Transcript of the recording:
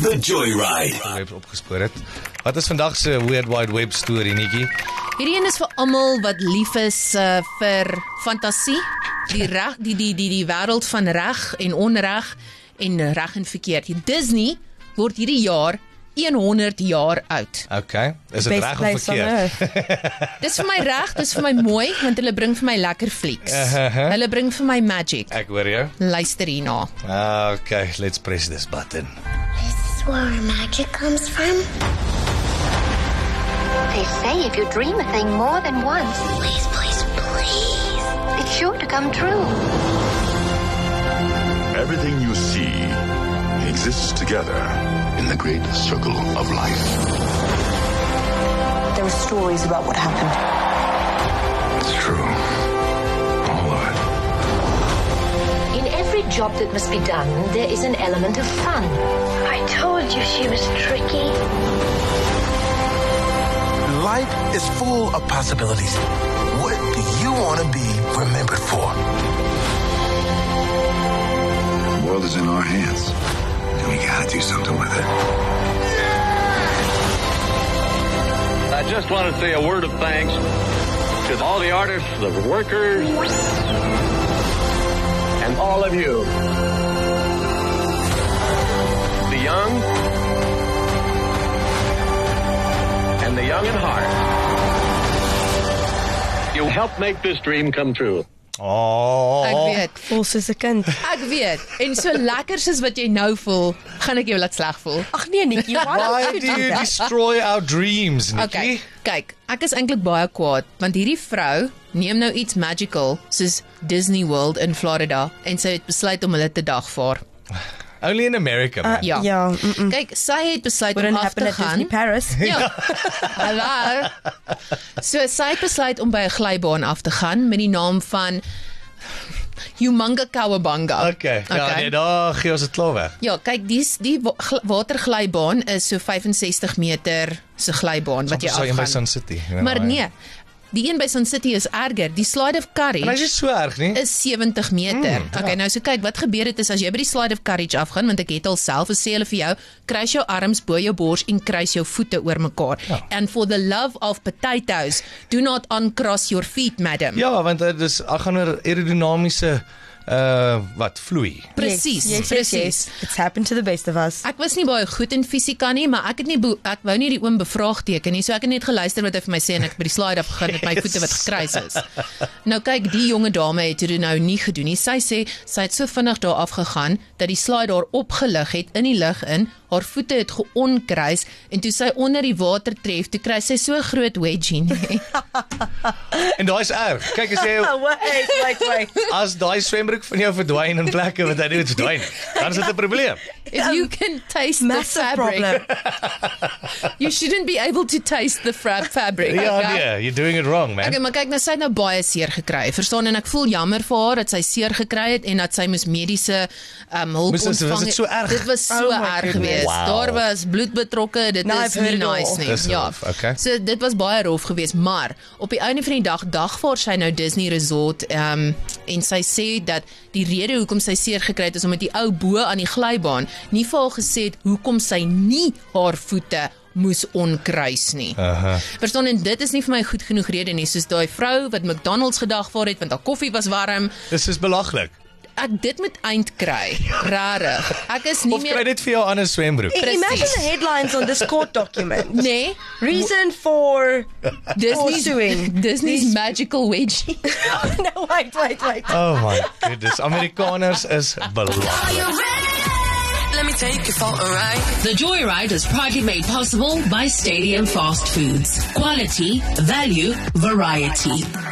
The Joyride. web opgespoor het. Wat is vandag se Weird Wide Web storie netjie? Hierdie een is vir almal wat lief is uh, vir fantasie, die reg, die die die die wêreld van reg en onreg en reg en verkeerd. Die Disney word hierdie jaar 100 jaar oud. Okay. Is dit Best reg of place on verkeerd? earth. Dis vir my reg, dis vir my mooi want hulle bring vir my lekker flieks. Uh-huh. Hulle bring vir my magic. Ek hoor jou. Luister hierna. Ah, Okay, let's press this button. This is where our magic comes from. They say if you dream a thing more than once, Please, please, please. it's sure to come true. Everything you see exists together in the great circle of life. There were stories about what happened. It's true. All of it. In every job that must be done, there is an element of fun. I told you she was tricky. Life is full of possibilities. What do you want to be remembered for? The world is in our hands, and we gotta do something with it. I just want to say a word of thanks to all the artists, the workers, and all of you. The young, and the young in heart. You helped make this dream come true. Oh. Ek weet. Voel soos 'n kind. Ek weet. En so lekker soos wat jy nou voel, gaan ek jou laat sleg voel. Ag nee, Nikki, why Why do would you do you that? destroy our dreams, Okay, Nikki? kyk, ek is eintlik baie kwaad want hierdie vrou neem nou iets magical soos Disney World in Florida en sy het besluit om hulle te dagvaar. Only in America, man. Ja. Ja, mm -mm. Kyk, sy het besluit om wouldn't af happen te at Disney gaan. Paris. Ja. Hallo. So sy het besluit om by 'n glybaan af te gaan met die naam van Humanga Kawabanga. Okay. Ja, nee, daar gee ons dit klaar weg. Ja, kyk, die die wa- gl- waterglybaan is so 65 meter se glybaan wat jy Soms sou een by afgaan. Sun City. you know, eh. Maar right? nee, die een by Sun City is erger. Die slide of Maar dit courage is so erg nie. is 70 meter. Mm, okay, nou so kyk, wat gebeur het is as jy by die slide of courage afgaan, want ek het al self gesê hulle vir jou, kruis jou arms bo jou bors en kruis jou voete oor mekaar. Ja. And for the love of potatoes, do not uncross your feet, madam. Ja, want dit is ag gaan 'n aerodinamiese uh wat vloei. Presies, Yes, yes, presies. yes. It's happened to the best of us. Ek was nie baie goed in fisika nie, maar ek het nie be- ek wou nie die oom bevraagteken nie, so ek het net geluister wat hy vir my sê en ek het by die slide af gegaan met my voete wat gekruis is. Nou kyk, die jonge dame het dit nou nie gedoen nie. Sy sê sy het so vinnig daar afgegaan dat die slide haar opgelig het in die lug in. Haar voete het geonkruis en toe sy onder die water tref, toe kry sy so groot wedgie nie. En daai is erg. Kyk as jy Oh, wait, wait, wait. as daai swembroek van jou verdwyn in plekke wat hy nooit verdwyn nie, dan is dit 'n probleem. If you can taste the Massive problem. fabric, you shouldn't be able to taste the fra- fabric. Ja, okay? nee, you're doing it wrong, man. Okay, maar kyk nou sy het nou baie seer gekry. Verstaan en ek voel jammer vir haar dat sy seer gekry het en dat sy moes mediese um, hulp Moes dit- was ontvang. dit so erg? Dit was so Oh oh my erg goodness. geweest. Wow. Wow. Daar was bloed betrokke. Dit Now is I've nie heard it all. nice nie. Dis rof, okay. Ja. So dit was baie rof geweest, maar op die einde van die dag dagvaar sy nou Disney Resort um, en sy sê dat die rede hoekom sy seer gekry het is omdat die ou bo aan die glybaan nie vir haar gesê het hoekom sy nie haar voete moes onkruis nie. Aha. Verstaan en dit is nie vir my goed genoeg rede nie, soos daai vrou wat McDonald's gedagvaar het want haar koffie was warm. Dis is belaglik. Ek dit moet eind kry. Rarig. Ek is nie Of kry meer dit vir jou aan 'n swembroek. I- Imagine the headlines on this court document. Nee, Reason for Disney Pursuing. Disney's magical wedgie. no, wait, wait, wait. Oh my goodness, Amerikaners is belaglik. Let me take you for a ride. The Joyride is proudly made possible by Stadium Fast Foods. Quality, value, variety.